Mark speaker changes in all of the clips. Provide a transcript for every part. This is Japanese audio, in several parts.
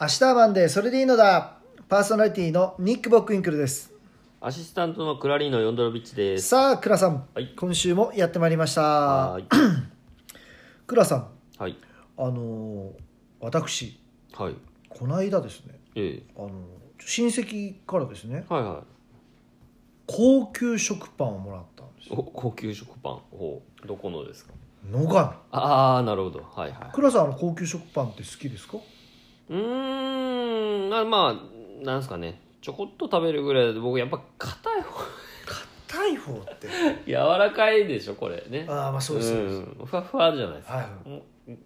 Speaker 1: 明日は晩でそれでいいのだパーソナリティのニック・ボックインクルです
Speaker 2: アシスタントのクラリーノ・ヨンドロビッチです。
Speaker 1: さあ倉さん、
Speaker 2: はい
Speaker 1: 今週もやってまいりました
Speaker 2: はい。
Speaker 1: 倉さん
Speaker 2: はい。
Speaker 1: あのー私
Speaker 2: はい。
Speaker 1: この間ですね
Speaker 2: え
Speaker 1: あのー親戚からですね
Speaker 2: え。はいはい。
Speaker 1: 高級食パンをもらったんですよ
Speaker 2: お高級食パン。ほう。どこのですか
Speaker 1: 野上
Speaker 2: ああ、なるほど。はいはい。
Speaker 1: 倉さんあの高級食パンって好きですか
Speaker 2: うーん。あまあ、なんですかね。ちょこっと食べるぐらいだと、僕やっぱ硬い方、
Speaker 1: 大砲って
Speaker 2: 柔らかいでしょ、これね。
Speaker 1: ああまあそうです、そうです
Speaker 2: ん。ふわふわじゃないですか。
Speaker 1: は
Speaker 2: ガッ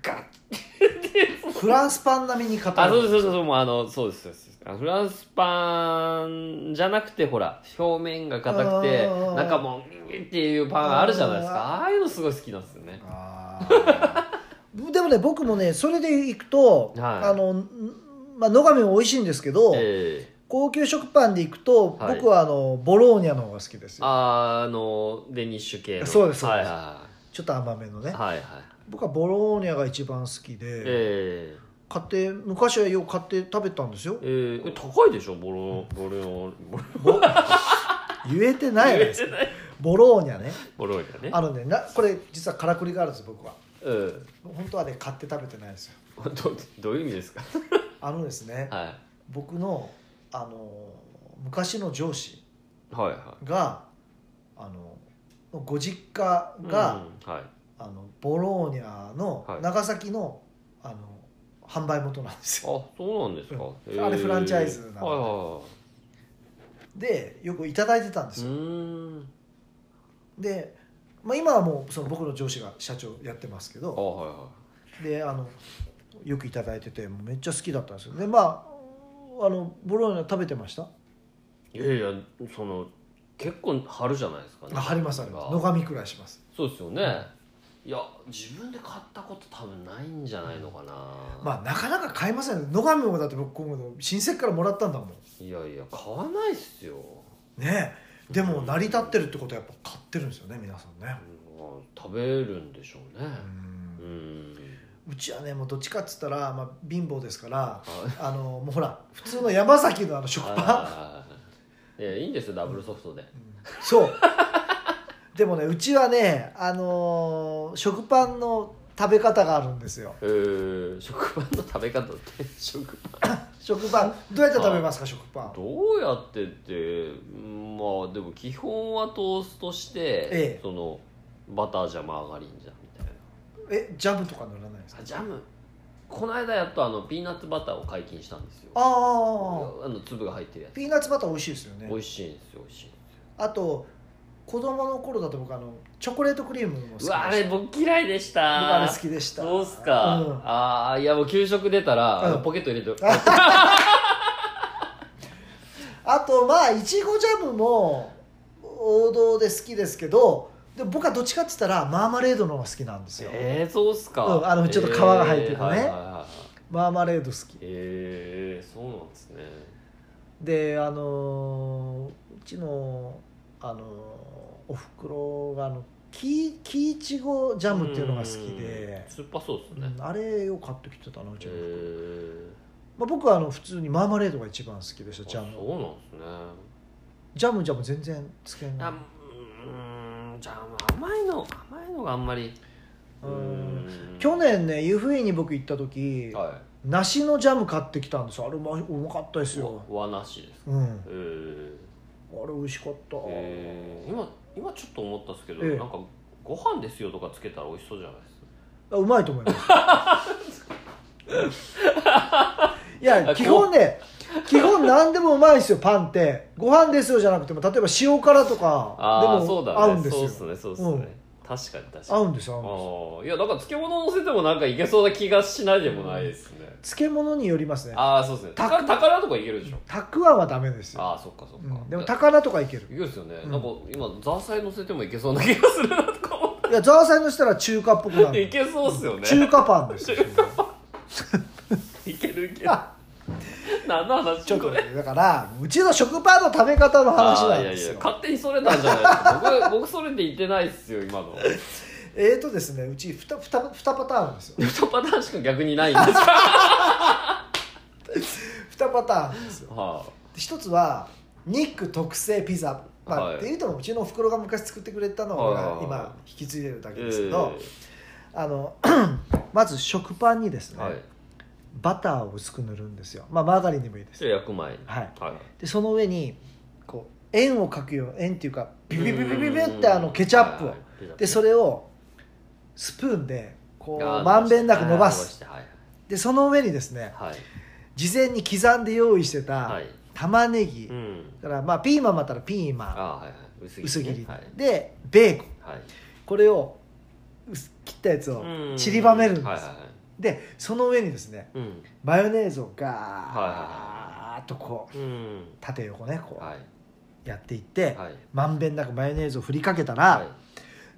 Speaker 2: ガッ。
Speaker 1: い、フランスパン並みに硬
Speaker 2: あ、
Speaker 1: い
Speaker 2: そうです、そうです、そうですもうあの、そうです、そうです。あフランスパンじゃなくて、ほら、表面が硬くて
Speaker 1: あー、
Speaker 2: 中も、うんっていうパンあるじゃないですか。ああいうのすごい好きなんですよね。
Speaker 1: あーでもね僕もねそれでいくと、
Speaker 2: はい
Speaker 1: あの、んまあ、野上も美味しいんですけど、
Speaker 2: ええ
Speaker 1: 高級食パンでいくと、
Speaker 2: はい
Speaker 1: 僕はあのボローニャの方が好きですよ
Speaker 2: あーあの、デニッシュ系の。
Speaker 1: そうですそう
Speaker 2: はい
Speaker 1: です
Speaker 2: は
Speaker 1: ちょっと甘めの
Speaker 2: い。
Speaker 1: ね
Speaker 2: はいはい。
Speaker 1: 僕はボローニャが一番好きで、
Speaker 2: え
Speaker 1: 買って昔はよく買って食べたんですよ
Speaker 2: えええこれ高いでしょ、ボロ、ボロ、ボロ、
Speaker 1: 言えてないですかボローニャね
Speaker 2: ボロがね。
Speaker 1: あのねなこれ実はからくりがあるんです僕は
Speaker 2: うん。
Speaker 1: 本当はね買って食べてないんですよ
Speaker 2: ど、どういう意味ですか。
Speaker 1: あのですね
Speaker 2: はい。
Speaker 1: 僕のあの昔の上司
Speaker 2: はいは
Speaker 1: があのご実家
Speaker 2: い。
Speaker 1: が、
Speaker 2: うん、はい。
Speaker 1: あのボローニャの
Speaker 2: はい
Speaker 1: 長崎の,、あの販売元なんですよ
Speaker 2: あ、そうなんですか。
Speaker 1: うんあれ
Speaker 2: ええ
Speaker 1: フランチャイズなので
Speaker 2: はいはいはい。
Speaker 1: でよく頂いただいてたんです
Speaker 2: う
Speaker 1: よ、
Speaker 2: ーん
Speaker 1: で、まあ、今はもうその僕の上司が社長やってますけ
Speaker 2: あ
Speaker 1: ど
Speaker 2: はいは
Speaker 1: であのよく頂いただいててもうめっちゃ好きだったんですよでまああのボローニャ食べてました
Speaker 2: いいやいやその結構張るじゃないですかね
Speaker 1: あありますあります野
Speaker 2: あ
Speaker 1: 上くらいします
Speaker 2: そうですよねいや自分で買ったこと多分ないんじゃないのかな
Speaker 1: まあなかなか買えませんよ野上もだって僕今度親戚からもらったんだもん
Speaker 2: いやいや買わないっすよ、
Speaker 1: ねえでも成り立ってるってことはやっぱ買ってるんですよね皆さんね
Speaker 2: うんまあ食べるんでしょうね
Speaker 1: う
Speaker 2: うんん
Speaker 1: うちはねもうどっちかっつったら、まあ、貧乏ですから
Speaker 2: あ
Speaker 1: あのもうほら普通の山崎のあの食パ
Speaker 2: あーいやいいんですよダブルソフトで
Speaker 1: ン、うんそうでもねうちはねあのー食パンの食べ方があるんですよ
Speaker 2: えー、食パンの食べ方って食パン
Speaker 1: 食パンどうやって食べますか食パン
Speaker 2: どうやってってうんまあでも基本はトーストして、
Speaker 1: ええ
Speaker 2: そのバターじゃマーガリンじゃみたいな
Speaker 1: えジャムとか塗らないですか
Speaker 2: あジャムこの間やっとあのピーナッツバターを解禁したんですよ
Speaker 1: ああ
Speaker 2: あの粒が入ってるやつ
Speaker 1: ピーナッツバター美味しいですよね
Speaker 2: 美味しいんですよ美味しいんで
Speaker 1: あと子供の頃だと僕あのチョコレートクリームも好きですし
Speaker 2: よう
Speaker 1: た
Speaker 2: わあれ僕嫌いでした
Speaker 1: 僕あれ好きでした
Speaker 2: そうっすか、
Speaker 1: うん
Speaker 2: ああいやもう給食出たら、あの
Speaker 1: うん
Speaker 2: ポケット入れてる
Speaker 1: あとまあいちごジャムも王道で好きですけどでも僕はどっちかって言ったらマーマレードの方が好きなんですよ、
Speaker 2: えー、そうっすか、
Speaker 1: うんあのちょっと皮が入ってるね
Speaker 2: えーはいはいはい
Speaker 1: マーマレード好き
Speaker 2: えー、そうなんですね
Speaker 1: であのーうちの、あのーおふくろがあの木木いちごジャムっていうのが好きで
Speaker 2: うん、酸っぱそうです
Speaker 1: う
Speaker 2: ね、
Speaker 1: んあれを買ってきてたなうち
Speaker 2: へ
Speaker 1: のおふくろ、
Speaker 2: ー
Speaker 1: まあ、僕はあの普通にマーマレードが一番好きでしたジャ
Speaker 2: あそ
Speaker 1: ム
Speaker 2: うなんですね
Speaker 1: ジャムジャム全然つけない
Speaker 2: あうーんじゃあ甘いの甘いのがあんまり
Speaker 1: う
Speaker 2: うんーん
Speaker 1: 去年ね湯布院に僕行った時、
Speaker 2: は
Speaker 1: 梨のジャム買ってきたんですよあれうまうまかったで
Speaker 2: い
Speaker 1: すよ
Speaker 2: 和なしです
Speaker 1: うんあ
Speaker 2: えー
Speaker 1: れ美味しかった、
Speaker 2: えー今今ちょっと思ったんですけど、
Speaker 1: ええ
Speaker 2: なんかご飯ですよとかつけたら美味しそうじゃないです
Speaker 1: あ
Speaker 2: か
Speaker 1: うまいと思います いや基本ね基本何でもうまいですよパンってご飯ですよじゃなくても例えば塩辛と
Speaker 2: あ
Speaker 1: か
Speaker 2: あ
Speaker 1: で
Speaker 2: そうだ
Speaker 1: も
Speaker 2: ね
Speaker 1: 合うんですよ
Speaker 2: そうっすねそうっすね、
Speaker 1: うん
Speaker 2: 確かに確か
Speaker 1: 合
Speaker 2: に
Speaker 1: うんですよ合うんです
Speaker 2: ああいやなんか漬物乗せてもなんかいけそうな気がしないでもないですね、
Speaker 1: 漬物によりますね
Speaker 2: ああそうですね
Speaker 1: た
Speaker 2: 宝宝とかいけるでしょ、
Speaker 1: たくあんはダメですよ、
Speaker 2: ああそっかそっ
Speaker 1: う
Speaker 2: か、
Speaker 1: ん、でも高菜とかいける
Speaker 2: いけですよね、
Speaker 1: うん
Speaker 2: なんか今ザーサイ乗せてもいけそうな気がするなとか思っ
Speaker 1: いやザーサイのしたら中華っぽくな
Speaker 2: てい
Speaker 1: る
Speaker 2: けそうっすよね
Speaker 1: 中華パン ですよ
Speaker 2: いけるいける何の話
Speaker 1: ちょっ
Speaker 2: ことれ
Speaker 1: ねだからうちの食パンの食べ方の話なんで
Speaker 2: あーい
Speaker 1: す
Speaker 2: や
Speaker 1: よ
Speaker 2: いや勝手にそれなんじゃないですか僕 僕それで言ってないっすよ今の
Speaker 1: えーとですねうち 2, 二パターンあるんですよ
Speaker 2: 二パターンしか逆にないんですか
Speaker 1: パターンあるんですよ
Speaker 2: は
Speaker 1: 一つは肉特製ピザまあ、
Speaker 2: はい
Speaker 1: っていうのもうちのおふくろが昔作ってくれたのを俺が
Speaker 2: はい
Speaker 1: 今引き継いでるだ
Speaker 2: あ、
Speaker 1: けですけ
Speaker 2: え
Speaker 1: ど、あの まず食パンにです
Speaker 2: え
Speaker 1: ね、
Speaker 2: はい
Speaker 1: バターを薄く塗るんですよまあマーガリンでもいいです
Speaker 2: それ焼く前に
Speaker 1: はい
Speaker 2: はい
Speaker 1: でその上にこう円を描くよう円っていうかビビビビビビビってあのケチャップを
Speaker 2: を
Speaker 1: でそれをスプーンでこ
Speaker 2: あ
Speaker 1: う
Speaker 2: ー
Speaker 1: まんべんなく伸ばす
Speaker 2: あー伸ばして
Speaker 1: でその上にですね
Speaker 2: はい
Speaker 1: 事前に刻んで用意して
Speaker 2: はいは
Speaker 1: た
Speaker 2: い
Speaker 1: 玉ねぎ、
Speaker 2: うん
Speaker 1: だからまあピーマンだったらピーマ
Speaker 2: あーはいはい薄
Speaker 1: ン薄切り、
Speaker 2: はい
Speaker 1: でベーコン
Speaker 2: はい
Speaker 1: これを薄切ったやつを
Speaker 2: うん
Speaker 1: 散りばめるんです、
Speaker 2: はいはいはい
Speaker 1: でその上にですね
Speaker 2: うん
Speaker 1: マヨネーズを
Speaker 2: はい
Speaker 1: ガーッとこう
Speaker 2: うん
Speaker 1: 縦横ねこ
Speaker 2: はいう
Speaker 1: やっていって、
Speaker 2: はい
Speaker 1: まんべんなくマヨネーズを振りかけたら、
Speaker 2: はい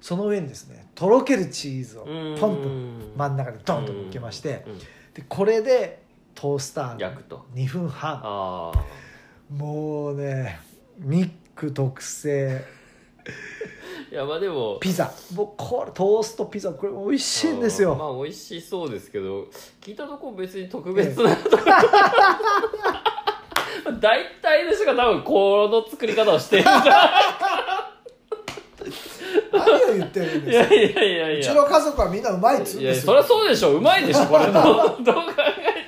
Speaker 1: その上にですねとろけるチーズを
Speaker 2: うん
Speaker 1: ポンと真ん中でドンと乗っけまして
Speaker 2: うん
Speaker 1: でこれでトースターで
Speaker 2: 焼くと
Speaker 1: 2分半
Speaker 2: ああ
Speaker 1: もうねミック特製
Speaker 2: いやまあでも
Speaker 1: ピザもうこれトーストピザこれ美味しいんです
Speaker 2: あ
Speaker 1: よ
Speaker 2: ーまあ美味しそうですけど聞いたとこ別に特別なと大体の人が多分この作り方をしているんだ
Speaker 1: 何を言ってるん
Speaker 2: い
Speaker 1: です
Speaker 2: や
Speaker 1: か
Speaker 2: いやいやいうや
Speaker 1: ちの家族はみんなうまいっつうん
Speaker 2: い
Speaker 1: で
Speaker 2: や
Speaker 1: す
Speaker 2: そりゃ
Speaker 1: よ
Speaker 2: そうでしょうまいでしょこれどうどう考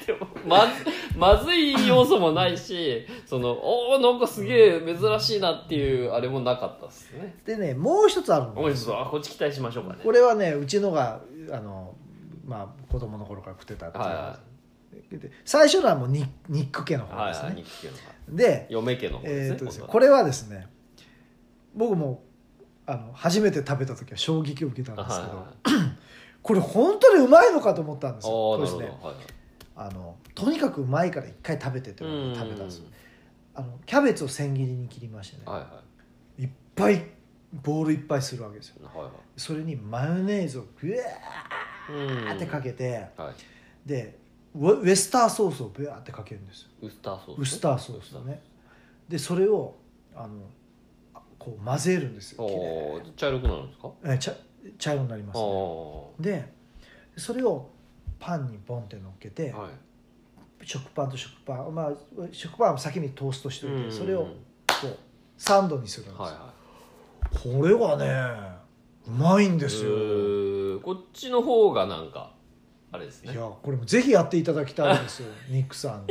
Speaker 2: えてもまずまずい要素もないしそのおおんかすげえ珍しいなっていうあれもなかったっすね
Speaker 1: でねもう一つある
Speaker 2: お
Speaker 1: の
Speaker 2: いそうあこっち期待しましょうかね
Speaker 1: これはねうちのがあのまあ子供の頃から食ってたっていう
Speaker 2: は
Speaker 1: で最初のはもうニニック系の
Speaker 2: い
Speaker 1: 方
Speaker 2: はい
Speaker 1: です
Speaker 2: は
Speaker 1: ね
Speaker 2: いはい肉系の方
Speaker 1: で
Speaker 2: 嫁家の方です
Speaker 1: え
Speaker 2: ね,
Speaker 1: ーとですね、
Speaker 2: 今
Speaker 1: こ
Speaker 2: 度は、
Speaker 1: れはですね僕もあの初めて食べた時は衝撃を受けたんですけど、
Speaker 2: はいはいはい
Speaker 1: これ本当にうまいのかと思ったんですよ
Speaker 2: ああ
Speaker 1: そう
Speaker 2: な
Speaker 1: で
Speaker 2: る
Speaker 1: す
Speaker 2: ほ
Speaker 1: ね
Speaker 2: ど、はいはい
Speaker 1: あのとにかくうまいから一回食べてって言われて食べたんですよあのキャベツを千切りに切りましてね、、
Speaker 2: はいはい
Speaker 1: っぱいボールいっぱいするわけですよ
Speaker 2: いはいはい
Speaker 1: それにマヨネーズをグワーってかけて、
Speaker 2: はい、
Speaker 1: でウウエスターソースをブワーってかけるんですよ
Speaker 2: ウスターソースね
Speaker 1: ウスターソースだねでそれをあのあこう混ぜるんです
Speaker 2: あ
Speaker 1: よ
Speaker 2: あ
Speaker 1: きれいに
Speaker 2: 茶色くなるんですか
Speaker 1: え茶茶色になりま
Speaker 2: あ
Speaker 1: す
Speaker 2: あ
Speaker 1: ね
Speaker 2: は
Speaker 1: でそれをパンにボンって乗っけ
Speaker 2: い
Speaker 1: て、食パンと食パンまあ食パンは先にトーストしておいてそれを
Speaker 2: うん
Speaker 1: こうサンドにするんですよ、
Speaker 2: はいはい
Speaker 1: これがねうまいんですよ
Speaker 2: うーこっちの方がなんかあれです
Speaker 1: いや
Speaker 2: ね
Speaker 1: これもぜひやっていただきたいです よ肉さん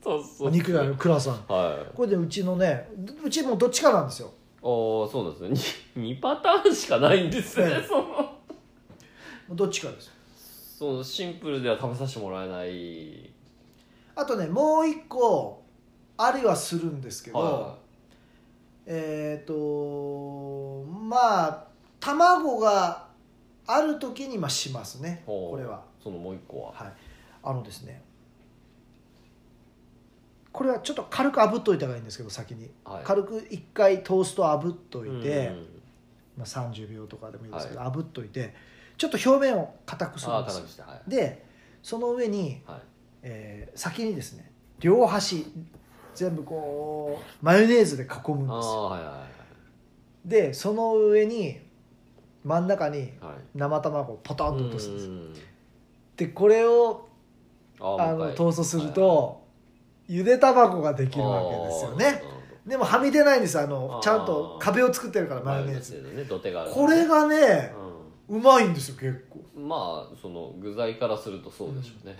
Speaker 2: そうそう
Speaker 1: 肉だよクラさん
Speaker 2: はい
Speaker 1: これでうちのねうちもどっちかなんですよ
Speaker 2: おーそうなんですね に2パターンしかないんですね、
Speaker 1: ええ
Speaker 2: その
Speaker 1: どっちかですよ
Speaker 2: そのシンプルでは食べさせてもらえない
Speaker 1: あとねもう一個ありはするんですけど、
Speaker 2: は
Speaker 1: えっ、とまあ卵がある時にまあしますね
Speaker 2: ほう
Speaker 1: これはい
Speaker 2: そのもう一個は
Speaker 1: はいあのですねこれはちょっと軽く炙っといた方がいいんですけど先に、
Speaker 2: はい
Speaker 1: 軽く一回トーストを炙っといて、
Speaker 2: うん
Speaker 1: まあ、30秒とかでもいいですけど、炙っといてちょっと表面を硬くする
Speaker 2: あ
Speaker 1: ん
Speaker 2: あ
Speaker 1: です
Speaker 2: 高
Speaker 1: よ
Speaker 2: くしてはい
Speaker 1: でその上に、
Speaker 2: はい
Speaker 1: えー先にですね両端全部こうマヨネーズで囲むんです
Speaker 2: あ
Speaker 1: よ
Speaker 2: あはいはい
Speaker 1: でその上に真ん中に
Speaker 2: はいはい
Speaker 1: 生卵をポトンと落とすんですよ
Speaker 2: うん
Speaker 1: でこれを
Speaker 2: あ
Speaker 1: あ
Speaker 2: ーもう
Speaker 1: の
Speaker 2: 一回
Speaker 1: トーストする
Speaker 2: はいはい
Speaker 1: とゆで卵ができるわけですよねでもはみ出ないんですよあの
Speaker 2: あー
Speaker 1: ちゃんと壁を作ってるからマ
Speaker 2: マ
Speaker 1: ヨ
Speaker 2: ヨ
Speaker 1: ネ
Speaker 2: ネ
Speaker 1: ー
Speaker 2: ー
Speaker 1: ズ
Speaker 2: ズね土手がある
Speaker 1: これがね
Speaker 2: う
Speaker 1: うまいんですよ結構
Speaker 2: んまあその具材からするとそうでしょうね、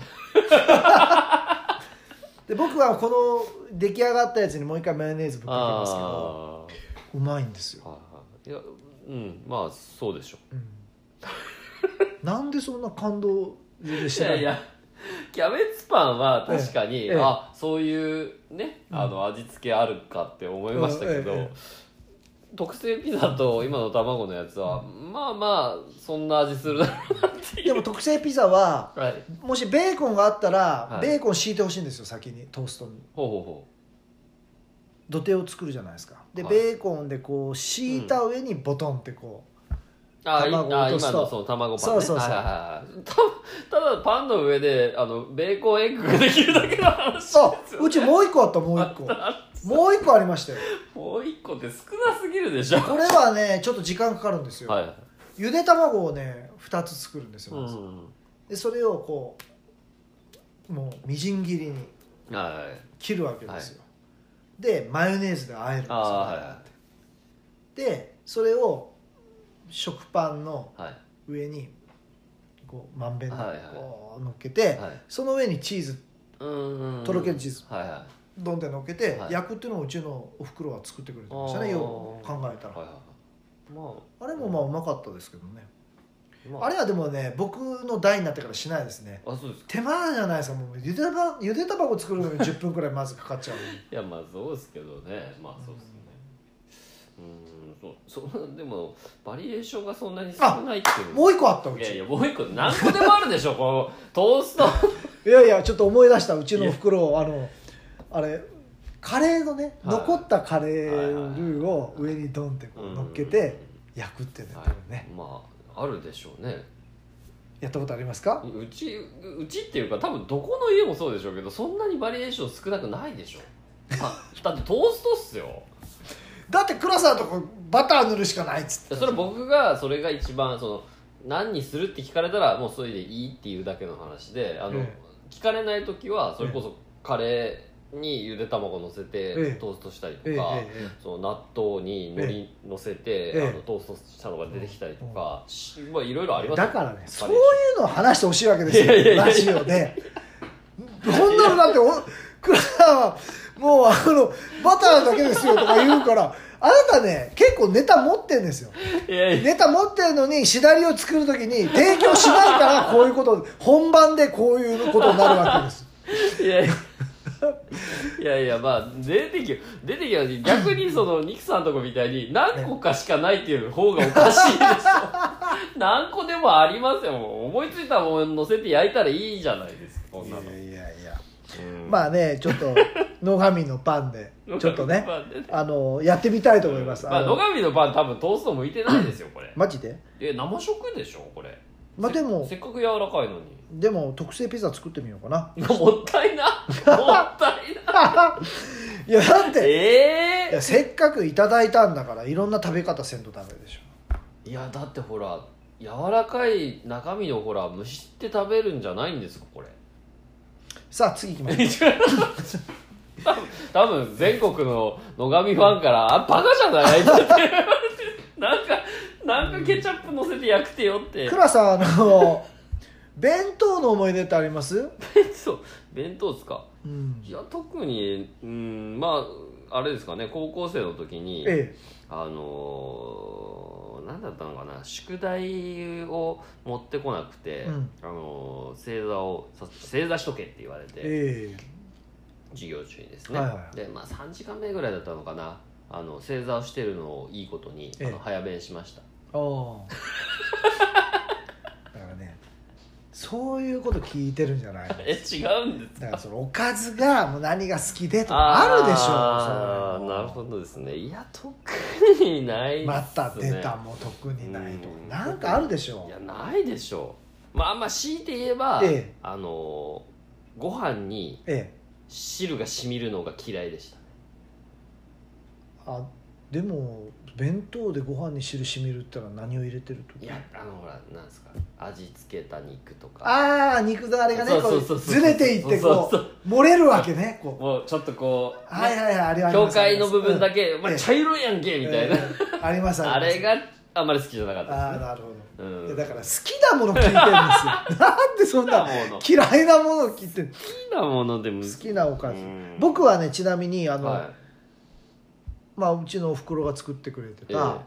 Speaker 1: で僕はこの出来上がったやつにもう一回マヨネーズぶっかけますけど
Speaker 2: あ
Speaker 1: うまいんですよ、
Speaker 2: あはいはいいやうんまあそうでしょ
Speaker 1: うん、なんでそんな感動でし
Speaker 2: うい
Speaker 1: てな
Speaker 2: や
Speaker 1: い
Speaker 2: いやキャベツパンは確かに、
Speaker 1: ええええ
Speaker 2: あそういうねあの味付けあるかって思いましたけど、
Speaker 1: うんえええ
Speaker 2: 特製ピザと今の卵のやつは、まあまあそんな味するだろうなってい
Speaker 1: でも特製ピザは
Speaker 2: うはい
Speaker 1: もしベーコンがあったら、
Speaker 2: はい
Speaker 1: ベーコン敷いてほしいんですよ先にトーストに
Speaker 2: ほうほうほ
Speaker 1: 土手を作るじゃないですかで、
Speaker 2: はい
Speaker 1: ベーコンでこう敷いた上にボトンってこう、
Speaker 2: うあい
Speaker 1: 卵を
Speaker 2: あ
Speaker 1: 落と
Speaker 2: 今
Speaker 1: すと
Speaker 2: のその卵パンね
Speaker 1: そうそうそう
Speaker 2: はいはいはいはいた ただパンの上であのベーコンエッグができるだけの話
Speaker 1: そううちもう一個あったもう一個もう一個ありましたよ
Speaker 2: もう一個って少なすぎるでしょ
Speaker 1: これはねちょっと時間かかるんですよ、
Speaker 2: はいはい
Speaker 1: ゆで卵をね2つ作るんですよ、
Speaker 2: うん
Speaker 1: でそれをこうもうみじん切りに
Speaker 2: はい
Speaker 1: 切るわけですよ、でマヨネーズで和えるんですよ、
Speaker 2: ああ
Speaker 1: でそれを食パンの
Speaker 2: はいはい
Speaker 1: 上にこうまんべんな
Speaker 2: はいはい
Speaker 1: くこう乗っけて、
Speaker 2: はい
Speaker 1: その上にチーズ
Speaker 2: うん
Speaker 1: とろけるチーズ
Speaker 2: はいはい
Speaker 1: どんって乗っけて、
Speaker 2: はい
Speaker 1: 焼くっていうのをうちのおふくろは作ってくれてました
Speaker 2: あ
Speaker 1: ね
Speaker 2: ー
Speaker 1: よく考えたら、
Speaker 2: はいはいはいま
Speaker 1: あれもまあうまかったですけどね、
Speaker 2: あま
Speaker 1: あれはでもね僕の代になってからしないですね
Speaker 2: あそうです
Speaker 1: 手間じゃないですかもうゆでたばゆでたばこ作るのに10分くらいまずかかっちゃうのに
Speaker 2: いやまあそうですけどねまあそうですねうんそうそんでもバリエーションがそんなに少ないっていうの
Speaker 1: もう一個あったう
Speaker 2: いやい
Speaker 1: ち
Speaker 2: やもう一個何個でもあるでしょこうトースト
Speaker 1: いやいやちょっと思い出したうちのおふくろあのあれカレーのね、
Speaker 2: はい
Speaker 1: 残ったカレールーを上にドンってこう乗っけて焼くっていうのやってるね、
Speaker 2: うんまああるでしょうね
Speaker 1: やったことありますか
Speaker 2: うちうちっていうか多分どこの家もそうでしょうけどそんなにバリエーション少なくないでしょあ だってトーストっすよ
Speaker 1: だってクラさんとこバター塗るしかないっつって
Speaker 2: それ僕がそれが一番その何にするって聞かれたらもうそれでいいっていうだけの話であの、
Speaker 1: え
Speaker 2: 聞かれない時はそれこそカレーにゆで卵乗せ
Speaker 1: ええ
Speaker 2: てトーストしたりと
Speaker 1: ええ
Speaker 2: か、
Speaker 1: えええ
Speaker 2: その納豆に海苔乗せて、
Speaker 1: ええ
Speaker 2: あのトーストしたのが出てきたりとか、しまあいろいろあり
Speaker 1: え
Speaker 2: ますよ
Speaker 1: だからねそういうのを話してほしいわけです
Speaker 2: いやいや
Speaker 1: よ
Speaker 2: いや
Speaker 1: ラジオでこんなのだっておクラさんはもうあのバターだけですよとか言うからあなたね結構ネタ持ってんですよ
Speaker 2: いやいや
Speaker 1: ネタ持ってるのにシナリオ作る時に提供しないからこういうこと本番でこういうことになるわけです
Speaker 2: いやいやいやいやまあ出てき出てきは逆にそのニクさんとこみたいに何個かしかないっていう方がおかしいでし ょ何個でもありますよもう思いついたもの乗せて焼いたらいいじゃないですかこん
Speaker 1: い
Speaker 2: な
Speaker 1: や
Speaker 2: の、
Speaker 1: いやいや
Speaker 2: うん
Speaker 1: まあねちょっと野上のパンでちょっとね
Speaker 2: まあね
Speaker 1: あのやってみたいと思います、
Speaker 2: ま
Speaker 1: あ
Speaker 2: あ、野
Speaker 1: の
Speaker 2: 上のパン多分トースト向いてないですよこれ
Speaker 1: マジで
Speaker 2: え生食でしょこれ
Speaker 1: まあでも
Speaker 2: せせっかく柔らかいのに
Speaker 1: でも特製ピザ作ってみようかな
Speaker 2: もったい なもったいない
Speaker 1: やだって
Speaker 2: え
Speaker 1: いやせっかくいただいたんだからいろんな食べ方せんとダメでしょ
Speaker 2: いやだってほら柔らかい中身をほら蒸して食べるんじゃないんですかこれ
Speaker 1: さあ次行きましょう
Speaker 2: 多分全国の野上ファンから「あバカじゃない?」 って言われてなんかなんかケチャップ乗せて焼くてよって
Speaker 1: クラさんあの弁当の思い出ってあります
Speaker 2: そう弁当ですか
Speaker 1: うん
Speaker 2: いや特にうんまああれですかね高校生の時に
Speaker 1: え
Speaker 2: あのー、何だったのかな宿題を持ってこなくて、
Speaker 1: うん
Speaker 2: あのー正座をさ正座しとけって言われて、
Speaker 1: ええ
Speaker 2: 授業中にですね、
Speaker 1: はいはいはい
Speaker 2: でまあ3時間目ぐらいだったのかなあの正座をしてるのをいいことにあ
Speaker 1: ええ
Speaker 2: の早弁しまし
Speaker 1: え
Speaker 2: た
Speaker 1: ああだからねそういうこと聞いてるんじゃない
Speaker 2: え違うんです
Speaker 1: だからそのおかずがもう何が好きでとかあるでしょ
Speaker 2: あ
Speaker 1: そうい
Speaker 2: ー
Speaker 1: うの
Speaker 2: なるほどですねいや特にないっすね
Speaker 1: また出たもう特にないとか
Speaker 2: うん
Speaker 1: なんかあるでしょ
Speaker 2: いやないでしょうまああんまあ強いて言えば、
Speaker 1: ええ
Speaker 2: あのーご飯に
Speaker 1: ええ
Speaker 2: 汁が染みるのが嫌いでした
Speaker 1: あでも弁当でご飯に汁しみるってのは何を入れてると
Speaker 2: いやあのほらなんですか味付けた肉とか
Speaker 1: ああ肉のあれがねこ
Speaker 2: そう
Speaker 1: う
Speaker 2: そうそうそう
Speaker 1: ずれていってこ
Speaker 2: そうそう
Speaker 1: う漏れるわけねこ
Speaker 2: もうちょっとこ
Speaker 1: う
Speaker 2: う、
Speaker 1: はいはいはいあれはあり
Speaker 2: 境
Speaker 1: ます
Speaker 2: 界の部分だ
Speaker 1: け
Speaker 2: け、まあ、
Speaker 1: ええ
Speaker 2: 茶色いやんけみたいな、
Speaker 1: あります
Speaker 2: あれ
Speaker 1: り
Speaker 2: があんまり好きじゃなかっ
Speaker 1: ますあ
Speaker 2: た
Speaker 1: あ
Speaker 2: で
Speaker 1: なるほ
Speaker 2: すね、
Speaker 1: ど
Speaker 2: う
Speaker 1: いや
Speaker 2: ん、
Speaker 1: だから好きなもの聞いてるんですよなんでそんな
Speaker 2: 好
Speaker 1: 嫌いなものを聞いてる
Speaker 2: きなものでも
Speaker 1: 好きなおかず
Speaker 2: うん
Speaker 1: 僕はねちなみにあの、
Speaker 2: は
Speaker 1: まあ、うちのおふくろが作ってくれて
Speaker 2: い、
Speaker 1: た、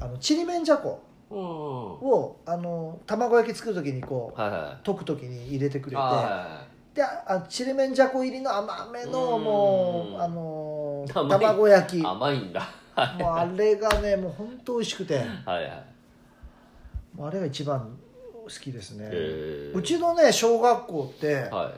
Speaker 1: あのちりめんじゃこ
Speaker 2: ええうんうん
Speaker 1: をあの卵焼き作る時にこう、
Speaker 2: はいは
Speaker 1: 溶く時に入れてくれ
Speaker 2: い
Speaker 1: て
Speaker 2: は
Speaker 1: でああちりめんじゃこ入りの甘めの
Speaker 2: うん
Speaker 1: もうあのー
Speaker 2: 甘い
Speaker 1: 卵焼き
Speaker 2: い
Speaker 1: もう
Speaker 2: 甘いんだはい
Speaker 1: あれがねもう本当美味しくて
Speaker 2: はいはい
Speaker 1: もうあれが一番好きですね、
Speaker 2: ええ
Speaker 1: うちのね小学校って、
Speaker 2: は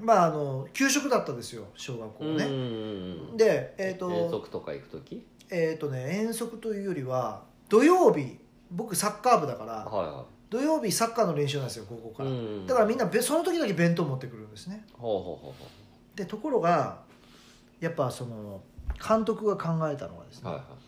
Speaker 1: まああの給食だったんですよ小学校
Speaker 2: いうん
Speaker 1: ね、
Speaker 2: うんうん
Speaker 1: でえっ、と
Speaker 2: 遠足とか行く時
Speaker 1: えっ、とね遠足というよりは土曜日僕サッカー部だから、
Speaker 2: は
Speaker 1: 土曜日サッカーの練習なんですよ高校
Speaker 2: い
Speaker 1: か
Speaker 2: はい
Speaker 1: ら、
Speaker 2: うん
Speaker 1: だからみんなべその時だけ弁当持ってくるんですね
Speaker 2: ほうほうほ
Speaker 1: でところがやっぱその監督が考えたのはです
Speaker 2: うほう
Speaker 1: ね、
Speaker 2: はいはい